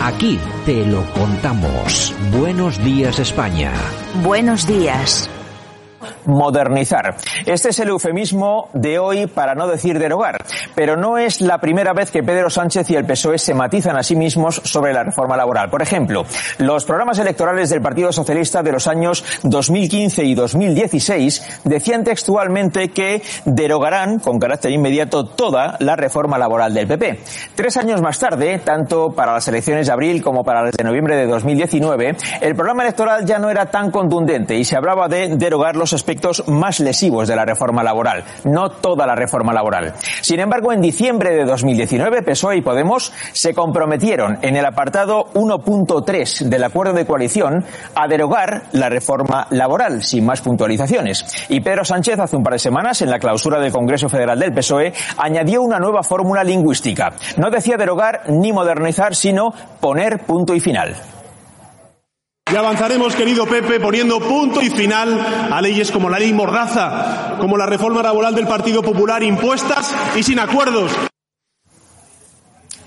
Aquí te lo contamos. Buenos días España. Buenos días. Modernizar. Este es el eufemismo de hoy para no decir derogar, pero no es la primera vez que Pedro Sánchez y el PSOE E se matizan a sí mismos sobre la reforma laboral. Por ejemplo, los programas electorales del Partido Socialista de los años 2015 y 2016 decían textualmente que derogarán con carácter inmediato toda la reforma laboral del PP. Tres años más tarde, tanto para las elecciones de abril como para las de noviembre de 2019, el programa electoral ya no era tan contundente y se hablaba de derogar los aspectos más lesivos de la reforma laboral, no toda la reforma laboral. Sin embargo, en diciembre de 2019, PSOE E y Podemos se comprometieron en el apartado 1.3 del acuerdo de coalición a derogar la reforma laboral, sin más puntualizaciones. Y Pedro Sánchez, hace un par de semanas, en la clausura del Congreso Federal del PSOE, E, añadió una nueva fórmula lingüística. No decía derogar ni modernizar, sino poner punto y final. Y avanzaremos, querido Pepe, poniendo punto y final a leyes como la ley Mordaza, como la reforma laboral del Partido Popular, impuestas y sin acuerdos.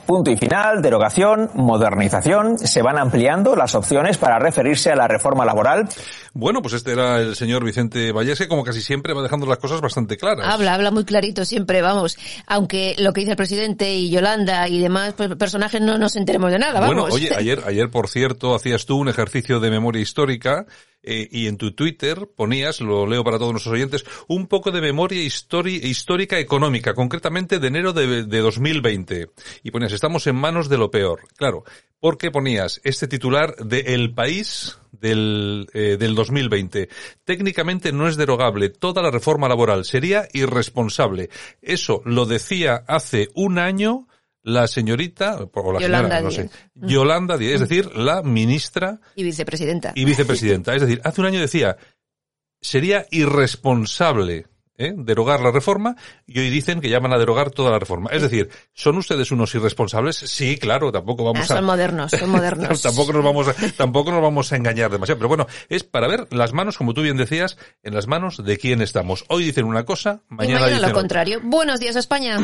Punto y final, derogación, modernización, se van ampliando las opciones para referirse a la reforma laboral. Bueno, pues este era el señor Vicente Vallés, que como casi siempre va dejando las cosas bastante claras. Habla, habla muy clarito siempre, vamos. Aunque lo que dice el presidente y Yolanda y demás pues, personajes no nos enteremos de nada, vamos. Bueno, oye, ayer, ayer por cierto hacías tú un ejercicio de memoria histórica eh, y en tu Twitter ponías, lo leo para todos nuestros oyentes, un poco de memoria histórica económica, concretamente de enero de, de 2020. Y ponías, estamos en manos de lo peor. Claro, porque ponías este titular de El País del, eh, del 2020. Técnicamente no es derogable toda la reforma laboral, sería irresponsable. Eso lo decía hace un año la señorita, o la Yolanda señora, no sé, Díez. Mm. Yolanda Díez, es decir, la ministra Y vicepresidenta. y vicepresidenta. Es decir, hace un año decía, sería irresponsable ¿eh? derogar la reforma y hoy dicen que ya van a derogar toda la reforma. Es decir, ¿son ustedes unos irresponsables? Sí, claro, tampoco Ah, vamos a... son modernos, son modernos. tampoco nos vamos a, tampoco nos vamos a engañar demasiado. Pero bueno, es para ver las manos, como tú bien decías, en las manos de quién estamos. Hoy dicen una cosa, Y mañana, mañana dicen lo otra. contrario. Buenos días, España.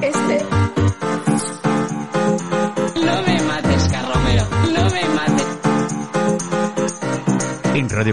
Este. No me mates, Carromero. No me mates. En Radio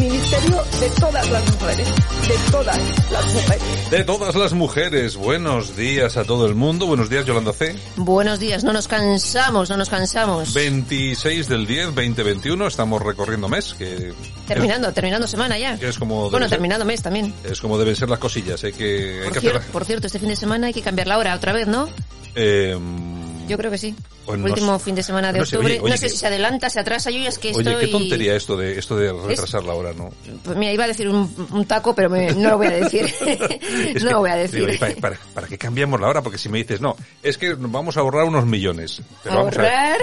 ministerio de todas las mujeres. De todas las mujeres. De todas las mujeres, buenos días a todo el mundo. Buenos días, Yolanda C. Buenos días, no nos cansamos, no nos cansamos. 26 del 10, 2021. Estamos recorriendo mes, que... Terminando, terminando semana ya. Que es como debe Bueno, ser. terminando mes también. Es como deben ser las cosillas, ¿eh? que hay Por que cierto, hacer- por cierto, este fin de semana hay que cambiar la hora otra vez, ¿no? Eh, Yo creo que sí. Pues no Último sé. fin de semana de No sé, octubre. oye, oye, no sé que- si se adelanta, se atrasa. Yo ya es que Oye, estoy... qué tontería esto de esto de retrasar la hora, ¿no? Pues mira, iba a decir un, un taco, pero me- no lo voy a decir. Es no que, lo voy a digo, decir. ¿y para, para, para qué cambiamos la hora? Porque si me dices, no, es que vamos a ahorrar unos millones. Pero vamos a ver, ¿Ahorrar?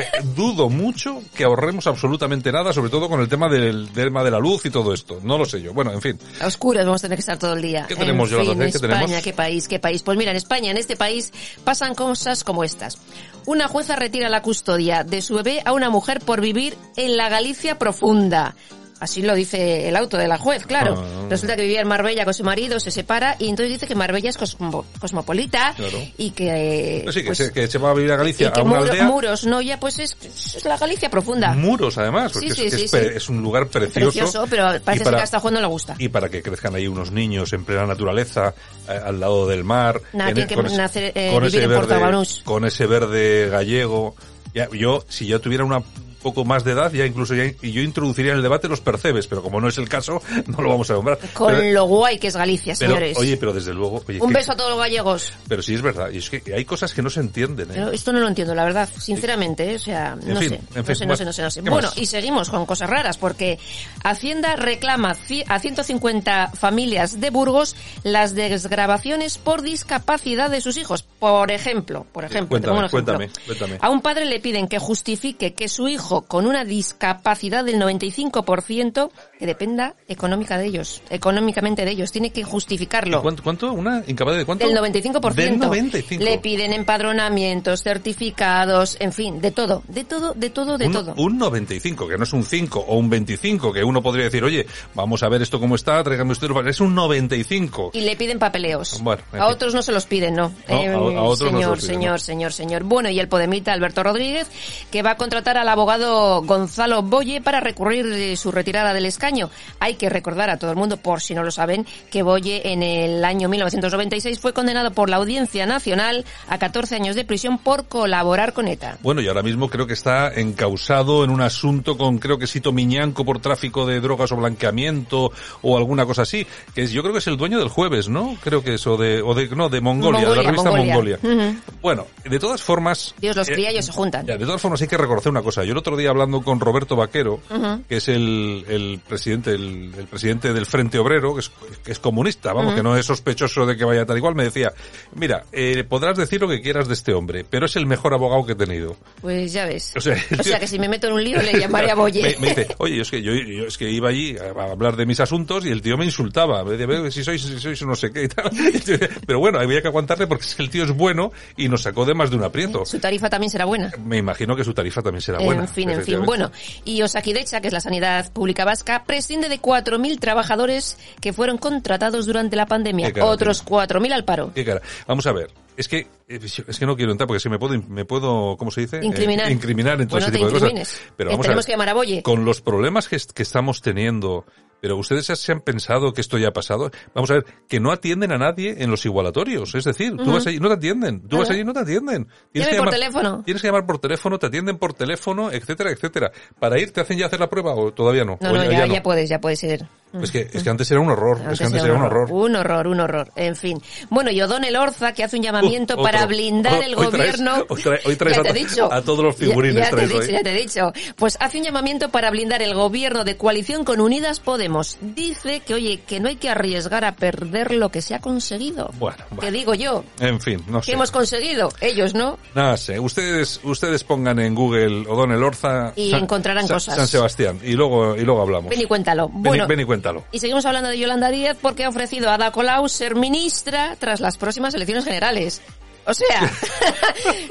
eh, me- dudo mucho que ahorremos absolutamente nada, sobre todo con el tema del tema de la luz y todo esto. No lo sé yo. Bueno, en fin. A oscuras vamos a tener que estar todo el día. ¿Qué tenemos, en Yolanda? fin, ¿Qué España, tenemos? qué país, qué país. Pues mira, en España, en este país, pasan cosas como estas. Una jueza retira la custodia de su bebé a una mujer por vivir en la Galicia profunda. Así lo dice el auto de la juez, claro. Ah. Resulta que vivía en Marbella con su marido, se separa y entonces dice que Marbella es cosmo- cosmopolita Claro. y que... Pero sí, que, pues, se, que se va a vivir a Galicia, y que a una muro- aldea. muros, no, ya pues es, es la Galicia profunda. Muros, además, porque Sí, es- sí, es, sí, pre- sí. es un lugar precioso. Precioso, pero Y parece ser para- que hasta Juan no le gusta. y para que crezcan ahí unos niños en plena naturaleza, a- al lado del mar, Nada, en- e- tiene que nacer, eh, con vivir ese en verde, Portabanús. con ese verde gallego. Ya, yo, si yo tuviera una poco más de edad, ya incluso ya, y yo introduciría en el debate los percebes, pero como no es el caso, no lo vamos a nombrar. Con Pero- lo guay que es Galicia, pero, señores. Oye, pero desde luego, oye, Un que- beso a todos los gallegos. pero sí es verdad, y es que hay cosas que no se entienden, ¿eh? Pero esto no lo entiendo, la verdad, sinceramente, ¿eh? o sea, En no, fin, sé, en no fin, sé, bueno, no sé, no sé, no sé. ¿qué Bueno, más? y seguimos con cosas raras, porque Hacienda reclama ci- a 150 familias de Burgos las desgrabaciones por discapacidad de sus hijos. Por ejemplo, por ejemplo, te pongo un cuéntame, ejemplo. cuéntame, cuéntame. A un padre le piden que justifique que su hijo con una discapacidad del 95% que dependa económica de ellos, económicamente de ellos, tiene que justificarlo. ¿Cuánto, cuánto? ¿Una incapacidad de cuánto? Del 95%. Del 95. Le piden empadronamientos, certificados, en fin, de todo, de todo, de todo, de un, todo. un 95, que no es un 5 o un 25, que uno podría decir, oye, vamos a ver esto cómo está, tráigame usted, los papeles". es un 95. Y le piden papeleos. Bueno, en a fin. otros no se los piden, no. No, a- Eh, a otros no se señor, los piden, señor, no. señor, señor. Bueno, y el Podemita Alberto Rodríguez, que va a contratar al abogado Gonzalo Boye para recurrir de su retirada del escaño. Hay que recordar a todo el mundo, por si no lo saben, que Boye en el año 1996 fue condenado por la Audiencia Nacional a 14 años de prisión por colaborar con ETA. Bueno, y ahora mismo creo que está encausado en un asunto con, creo que Sito Miñanco por tráfico de drogas o blanqueamiento o alguna cosa así, que es, yo creo que es el dueño del jueves, ¿no? Creo que es, o de, o de no, de Mongolia, de la Mongolia, revista Mongolia. Mongolia. Bueno, de todas formas... Dios, los eh, criallos se juntan. Ya, de todas formas hay que reconocer una cosa. Yo el otro día hablando con Roberto Vaquero, que es el, el presidente, el, el presidente del Frente Obrero, que es, que es comunista, vamos, que no es sospechoso de que vaya tal igual, me decía, mira, eh, podrás decir lo que quieras de este hombre, pero es el mejor abogado que he tenido. Pues ya ves. O sea, el O sea, tío- que si me meto en un lío le llamaré a Boye. Me, me dice, oye, es que yo, yo es que iba allí a, a hablar de mis asuntos y el tío me insultaba. Me decía, "Ve, si sois, si sois un no sé qué y tal. Pero bueno, había que aguantarle porque es que el tío es bueno y nos sacó de más de un aprieto. Su tarifa también será buena. Me imagino que su tarifa también será buena. en fin, en fin. efectivamente. Bueno, y Osakidecha, que es la sanidad pública vasca, prescinde de 4.000 trabajadores que fueron contratados durante la pandemia. Qué cara, Otros 4.000 al paro. Qué cara. Vamos a ver. Es que, eh, es que no quiero entrar porque si me puedo, me puedo, ¿cómo se dice? Incriminar. Eh, incriminar en todo Bueno, ese te tipo de cosas. incrimines. Pero Eh, vamos a tenemos ver, que llamar a Boye. Con los problemas que, est- que estamos teniendo, pero ustedes ya se han pensado que esto ya ha pasado. Vamos a ver, que no atienden a nadie en los igualatorios. Es decir, tú vas allí y no te atienden. Tú vas allí y no te atienden. Llame por teléfono. Tienes que llamar por teléfono, te atienden por teléfono, etcétera, etcétera. Para ir, te hacen ya hacer la prueba o todavía no. No, O no, ya- ya, ya no. ya puedes, ya puedes ir. Es que, es que antes era un horror. es que antes era un horror. Un horror, un horror. En fin. Bueno, y O'Donnell Orza, que hace un llamamiento Uh, otro. para blindar el Hoy traes- gobierno. hoy traes- hoy traes Ya a te he to- dicho. a todos los figurines Ya, ya te he traes hoy. dicho, ya te he dicho. Pues hace un llamamiento para blindar el gobierno de coalición con Unidas Podemos. Dice que, oye, que no hay que arriesgar a perder lo que se ha conseguido. Bueno, Te bueno. digo yo. En fin, no sé. ¿Qué hemos conseguido? Ellos, ¿no? Nada sé. Ustedes, ustedes pongan en Google O'Donnell Orza. Y encontrarán cosas. San Sebastián. Y luego, y luego hablamos. Ven y cuéntalo. Ven y- Bueno, ven y cuéntalo. Y seguimos hablando de Yolanda Díaz porque ha ofrecido a Ada Colau ser ministra tras las próximas elecciones generales. O sea,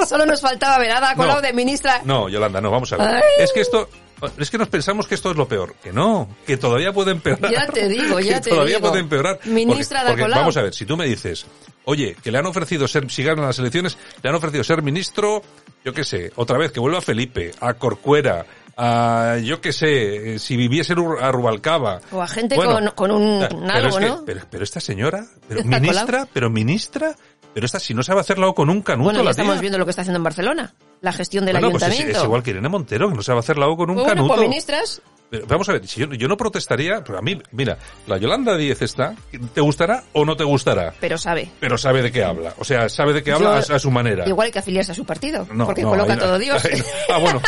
solo nos faltaba ver a Ada Colau No. de ministra. No, Yolanda, no, vamos a ver. Ay. Es que esto, es que nos pensamos que esto es lo peor. Que no, que todavía puede empeorar. Ya te digo, ya Que te Todavía digo. puede empeorar. Ministra Porque- Ada porque, Colau. Vamos a ver, si tú me dices, oye, que le han ofrecido ser, si ganan las elecciones, le han ofrecido ser ministro, yo qué sé, otra vez, que vuelva Felipe, a Corcuera, a, yo qué sé, eh, si viviese en Ur- a Rubalcaba. O a gente Bueno, con, con un Ah, un pero algo, es que- ¿no? Pero, pero esta señora, pero Mm, Está ministra, colado. pero ministra, pero esta si no sabe hacer la O con un canuto bueno, ya la estamos tía. viendo lo que está haciendo en Barcelona. La gestión del Bueno, pues es- ayuntamiento. es, igual que Irene Montero, que no sabe hacer la O con un Pues bueno, canuto. pues ministras. Pero vamos a ver, si yo, yo no protestaría, pero a mí, mira, la Yolanda Díez está, ¿te gustará o no te gustará? Pero sabe. Pero sabe de qué habla, o sea, sabe de qué habla Yo- a, a su manera. Igual hay que afiliarse a su partido. No, porque no, coloca ahí no. todo Dios. Ahí no. Ah, bueno.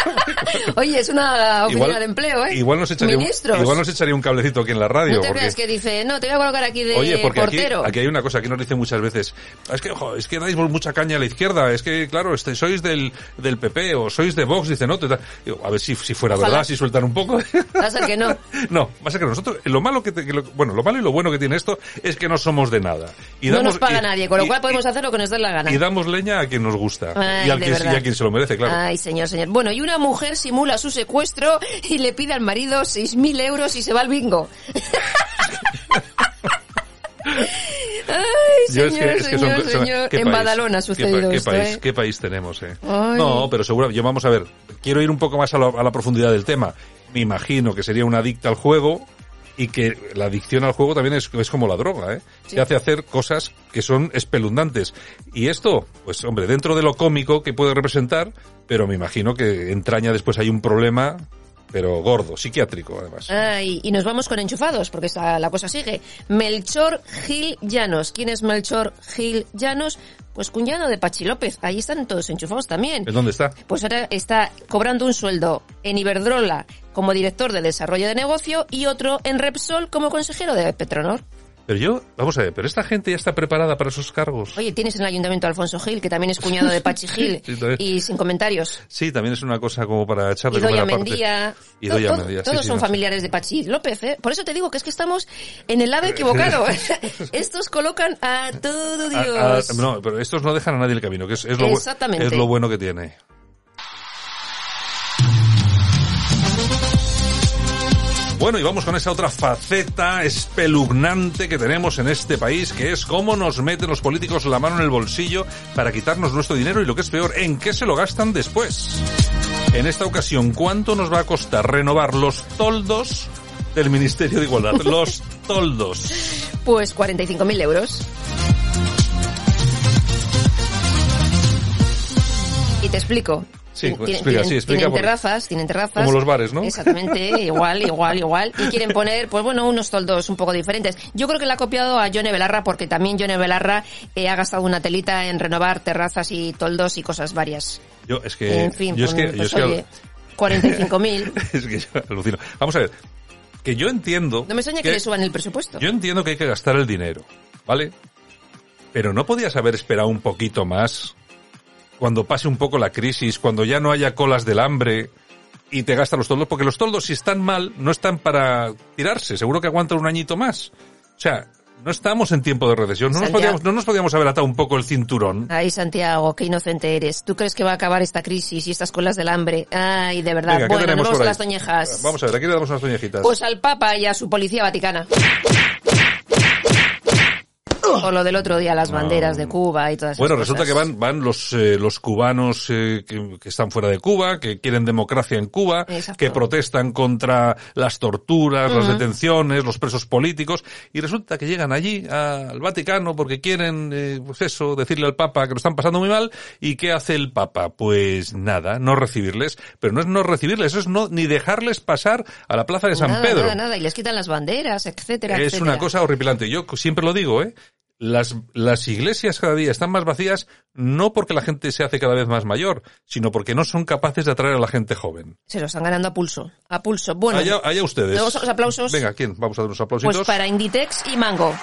Oye, es una oficina de empleo, ¿eh? Igual nos, echaría un, Ministros. igual nos echaría un cablecito aquí en la radio. No te porque- creas que dice, no, te voy a colocar aquí de Oye, porque aquí, portero. aquí hay una cosa que nos dicen muchas veces. Ah, Es que, jo, es que dais mucha caña a la izquierda. Es que, claro, este, sois del, del PP o sois de Vox. Dicen, no, te da-". Digo, a ver si, si fuera Ojalá. verdad, si sueltan un poco. Va a ser que no. No, va a ser que nosotros, lo malo que, te- que lo- bueno, lo malo y lo bueno que tiene esto es que no somos de nada. Y no damos- nos paga y- nadie, con lo y- cual podemos y- hacer lo que nos dé la gana. Y damos leña a quien nos gusta. Ay, y, al de que- y verdad. a quien se lo merece, claro. Ay, señor, señor. Bueno, y una mujer simula su secuestro y le pide al marido 6.000 euros y se va al bingo. Ay, Yo señor, es que- es que son- señor, son- señor. ¿qué En país? Badalona ha ¿Qué, sucedido pa- qué esto, país, ¿eh? qué país tenemos, eh? Ay. No, pero seguro, yo vamos a ver, quiero ir un poco más a, lo- a la profundidad del tema. Me imagino que sería una adicta al juego, y que la adicción al juego también es, es como la droga, ¿eh? Sí. Te hace hacer cosas que son espeluznantes. Y esto, pues hombre, dentro de lo cómico que puede representar, pero me imagino que entraña después hay un problema, pero gordo, psiquiátrico además. Ay, y nos vamos con enchufados, porque esa- la cosa sigue. Melchor Gil Llanos. ¿Quién es Melchor Gil Llanos? Pues cuñado de Pachi López. Ahí están todos enchufados también. ¿En dónde está? Pues ahora está cobrando un sueldo en Iberdrola como director de desarrollo de negocio y otro en Repsol como consejero de Petronor. Pero yo, vamos a ver, pero esta gente ya está preparada para esos cargos. Oye, tienes en el ayuntamiento a Alfonso Gil, que también es cuñado de Pachi Gil. Sí, también. y sin comentarios. Sí, también es una cosa como para echar Y de comer Doña aparte. Mendía. Y To- Doña to- Mendía, sí, Todos sí, son no sé. familiares de Pachi López, ¿eh? Por eso te digo que es que estamos en el lado equivocado. Estos colocan a todo A- a- Dios. Ah, no, pero estos no dejan a nadie el camino, que es, es lo, bu- Exactamente. es lo bueno que tiene. Bueno, y vamos con esa otra faceta espeluznante que tenemos en este país, que es cómo nos meten los políticos la mano en el bolsillo para quitarnos nuestro dinero y lo que es peor, en qué se lo gastan después. En esta ocasión, ¿cuánto nos va a costar renovar los toldos del Ministerio de Igualdad? Los toldos. Pues 45.000 euros. Y te explico. Sí, Tien- pues, tienen- explica, tienen- sí, explica, Tienen porque- terrazas, tienen terrazas. Como los bares, ¿no? Exactamente, igual, igual, igual. Y quieren poner, pues bueno, unos toldos un poco diferentes. Yo creo que la ha copiado a Yone Belarra porque también Yone Belarra eh, ha gastado una telita en renovar terrazas y toldos y cosas varias. Yo es que en fin, Eh, yo es que pues, yo es que- oye, 45.000. es que yo alucino. Vamos a ver, que yo entiendo No me sueña que, le suban el presupuesto. Yo entiendo que hay que gastar el dinero, ¿vale? Pero no podías haber esperado un poquito más cuando pase un poco la crisis, cuando ya no haya colas del hambre y te gastan los toldos, porque los toldos si están mal no están para tirarse, seguro que aguantan un añito más. O sea, no estamos en tiempo de recesión, no nos Santiago. podíamos, no nos podíamos haber atado un poco el cinturón. Ay, Santiago, qué inocente eres. ¿Tú crees que va a acabar esta crisis y estas colas del hambre? Ay, de verdad. Venga, ¿qué bueno, nos tenemos vamos por a ahí? las toñejas. Vamos a ver, aquí le damos unas toñejitas. Pues al Papa y a su policía vaticana. O lo del otro día, las banderas de Cuba y todas esas Ah. Bueno, cosas. resulta que van, van los, eh, los cubanos eh, que, que están fuera de Cuba, que quieren democracia en Cuba, Exacto. que protestan contra las torturas, las detenciones, los presos políticos, y resulta que llegan allí a- al Vaticano porque quieren, eh, pues eso, decirle al Papa que lo están pasando muy mal, y ¿qué hace el Papa? Pues nada, no recibirles, pero no es no recibirles, eso es no, ni dejarles pasar a la Plaza de San nada, Pedro. Nada, nada, y les quitan las banderas, etcétera, Es etcétera. una cosa horripilante. Yo siempre lo digo, ¿eh? Las, las iglesias cada día están más vacías no porque la gente se hace cada vez más mayor, sino porque no son capaces de atraer a la gente joven. Se lo están ganando a pulso, a pulso. Bueno, allá, allá ustedes. damos los aplausos. Venga, ¿quién? Vamos a dar unos aplausitos. pues para Inditex y Mango.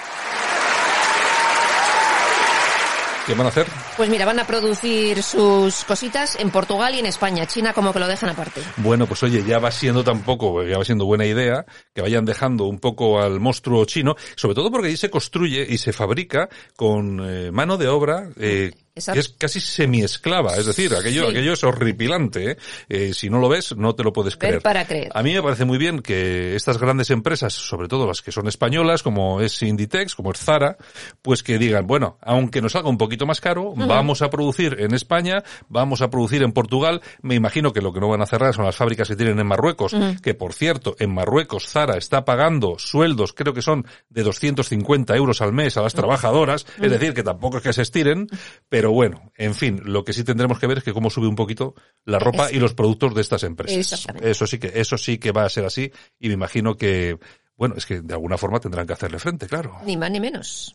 ¿Qué van a hacer? Pues mira, van a producir sus cositas en Portugal y en España. China como que lo dejan aparte. Bueno, pues oye, ya va siendo tampoco, ya va siendo buena idea que vayan dejando un poco al monstruo chino, sobre todo porque ahí se construye y se fabrica con eh, mano de obra eh, Exacto. que es casi semiesclava, es decir, aquello, Sí. aquello es horripilante. ¿eh? Eh, si no lo ves, no te lo puedes Ver creer. para creer. A mí me parece muy bien que estas grandes empresas, sobre todo las que son españolas, como es Inditex, como es Zara, pues que digan, bueno, aunque nos salga un poquito más caro, vamos a producir en España, vamos a producir en Portugal. Me imagino que lo que no van a cerrar son las fábricas que tienen en Marruecos, que por cierto, en Marruecos Zara está pagando sueldos, creo que son de 250 euros al mes a las trabajadoras, es decir, que tampoco es que se estiren, pero bueno, en fin, lo que sí tendremos que ver es que cómo sube un poquito la ropa y los productos de estas empresas. Exactamente. Eso sí que, eso sí que va a ser así y me imagino que, bueno, es que de alguna forma tendrán que hacerle frente, claro. Ni más ni menos.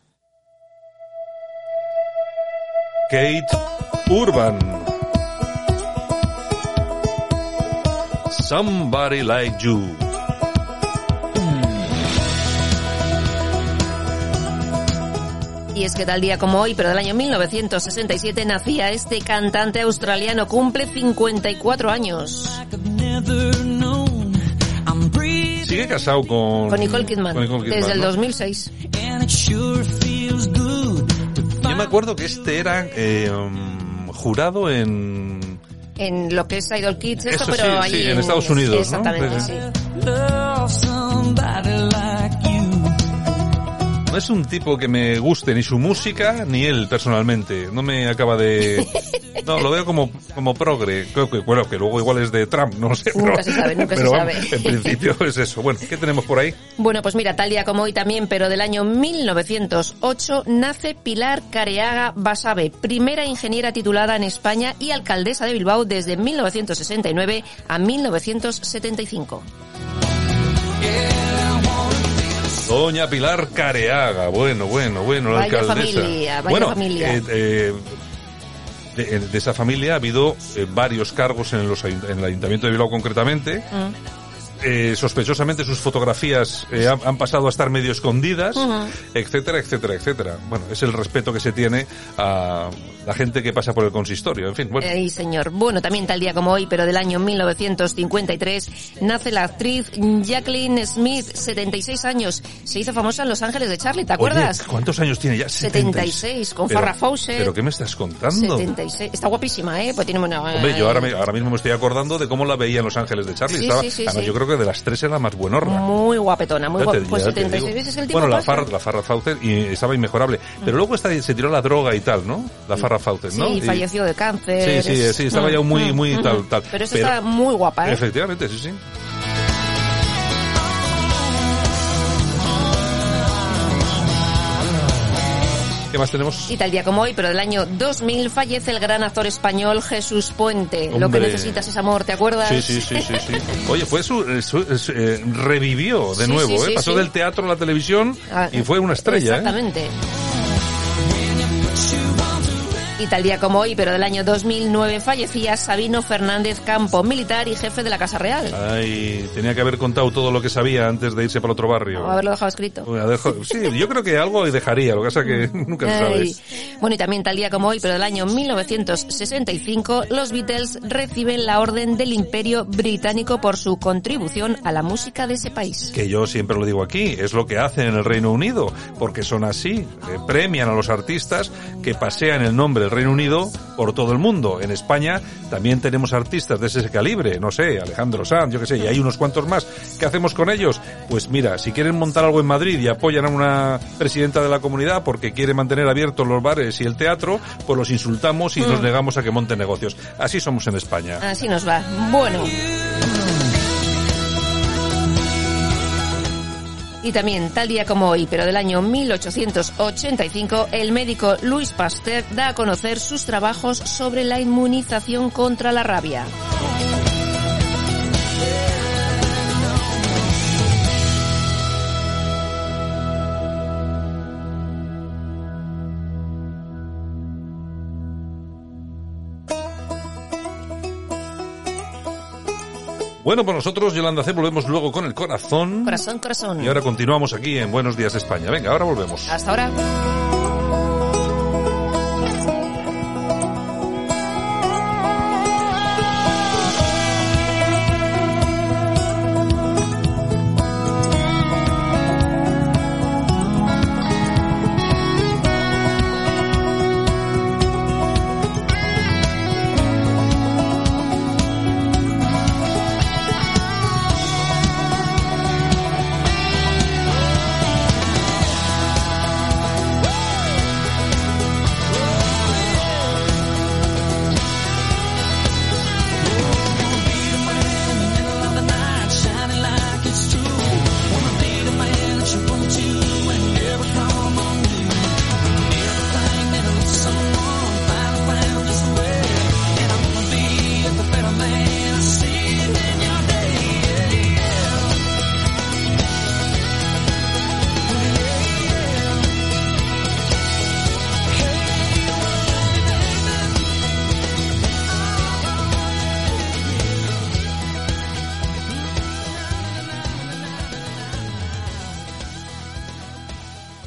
Kate Urban. Somebody like you. Y es que tal día como hoy, pero del año 1967, nacía este cantante australiano. Cumple 54 años. Sigue casado con, Con Nicole Kidman. con Nicole Kidman, desde el ¿no? 2006. Yo me acuerdo que este era eh, um, jurado en En lo que es Idol Kids, Eso esto, sí, pero ahí sí, en Estados Unidos, ¿no? Exactamente, Sí, sí. sí. No es un tipo que me guste ni su música ni él personalmente. No me acaba de... No, lo veo como, como progre. Creo que, bueno, que luego igual es de Trump, no sé. Nunca pero- se sabe, nunca se pero vamos, sabe. En principio es eso. Bueno, ¿qué tenemos por ahí? Bueno, pues mira, tal día como hoy también, pero del año 1908, nace Pilar Careaga Basabe, primera ingeniera titulada en España y alcaldesa de Bilbao desde 1969 a 1975. Doña Pilar Careaga, bueno, bueno, bueno, la Vaya alcaldesa. familia, vaya bueno, familia. eh, eh, de, eh, de esa familia ha habido eh, varios cargos en, los, ayunt- en el Ayuntamiento de Bilbao concretamente. Mm. Eh, sospechosamente sus fotografías eh, han, han pasado a estar medio escondidas, Mm. etcétera, etcétera, etcétera. Bueno, es el respeto que se tiene a la gente que pasa por el consistorio, en fin, bueno. Ey, señor. Bueno, también tal día como hoy, pero del año 1953, nace la actriz Jacqueline Smith, 76 años. Se hizo famosa en Los Ángeles de Charlie, ¿te Oye, acuerdas? ¿cuántos años tiene ya? 76, con Pero- Farrah Fawcett. ¿Pero qué me estás contando? 76. Está guapísima, ¿eh? Pues tiene una... Hombre, yo ahora, me- ahora mismo me estoy acordando de cómo la veía en Los Ángeles de Charlie. Sí, Estaba- sí, sí, además, sí. yo creo que de las tres era la más buenorra. Muy guapetona, muy Ya te- guapa. Pues ya te 76 digo. veces el tipo Bueno, la pasa. Farrah, la Farrah Fawcett y estaba inmejorable. Pero luego esta, se tiró la droga y tal, ¿no? La Farrah Fawcett, ¿no? Sí, Y- falleció de Sí, cáncer. sí, Es- sí, estaba Mm, ya muy, mm, muy mm, tal, mm. tal. Pero esta está muy guapa, ¿eh? Efectivamente, sí, sí. ¿Qué más tenemos? Y tal día como hoy, pero del año 2000, fallece el gran actor español Jesús Puente. Lo que Hombre. necesitas es amor, ¿te acuerdas? Sí, sí, sí, sí, sí. Oye, fue su, su- su- eh, revivió de Sí, nuevo, sí, ¿eh? sí, Pasó sí. del teatro a la televisión Ah, y fue una estrella, ¿eh? Exactamente. Y tal día como hoy, pero del año 2009, fallecía Sabino Fernández Campo, militar y jefe de la Casa Real. Ay, tenía que haber contado todo lo que sabía antes de irse para otro barrio. O haberlo dejado escrito. Bueno, dejo- sí, yo creo que algo hoy dejaría, lo que pasa que nunca se Ay. sabe. Bueno, y también tal día como hoy, pero del año 1965, los Beatles reciben la Orden del Imperio Británico por su contribución a la música de ese país. Que yo siempre lo digo aquí, es lo que hacen en el Reino Unido, porque son así, eh, premian a los artistas que pasean el nombre del Reino Unido por todo el mundo. En España también tenemos artistas de ese calibre, no sé, Alejandro Sanz, yo qué sé, y hay unos cuantos más. ¿Qué hacemos con ellos? Pues mira, si quieren montar algo en Madrid y apoyan a una presidenta de la comunidad porque quiere mantener abiertos los bares y el teatro, pues los insultamos y nos negamos a que monten negocios. Así somos en España. Así nos va. Bueno. Y también, tal día como hoy, pero del año 1885, el médico Luis Pasteur da a conocer sus trabajos sobre la inmunización contra la rabia. Bueno, pues nosotros, Yolanda C, volvemos luego con el corazón. Corazón, corazón. Y ahora continuamos aquí en Buenos Días España. Venga, ahora volvemos. Hasta ahora.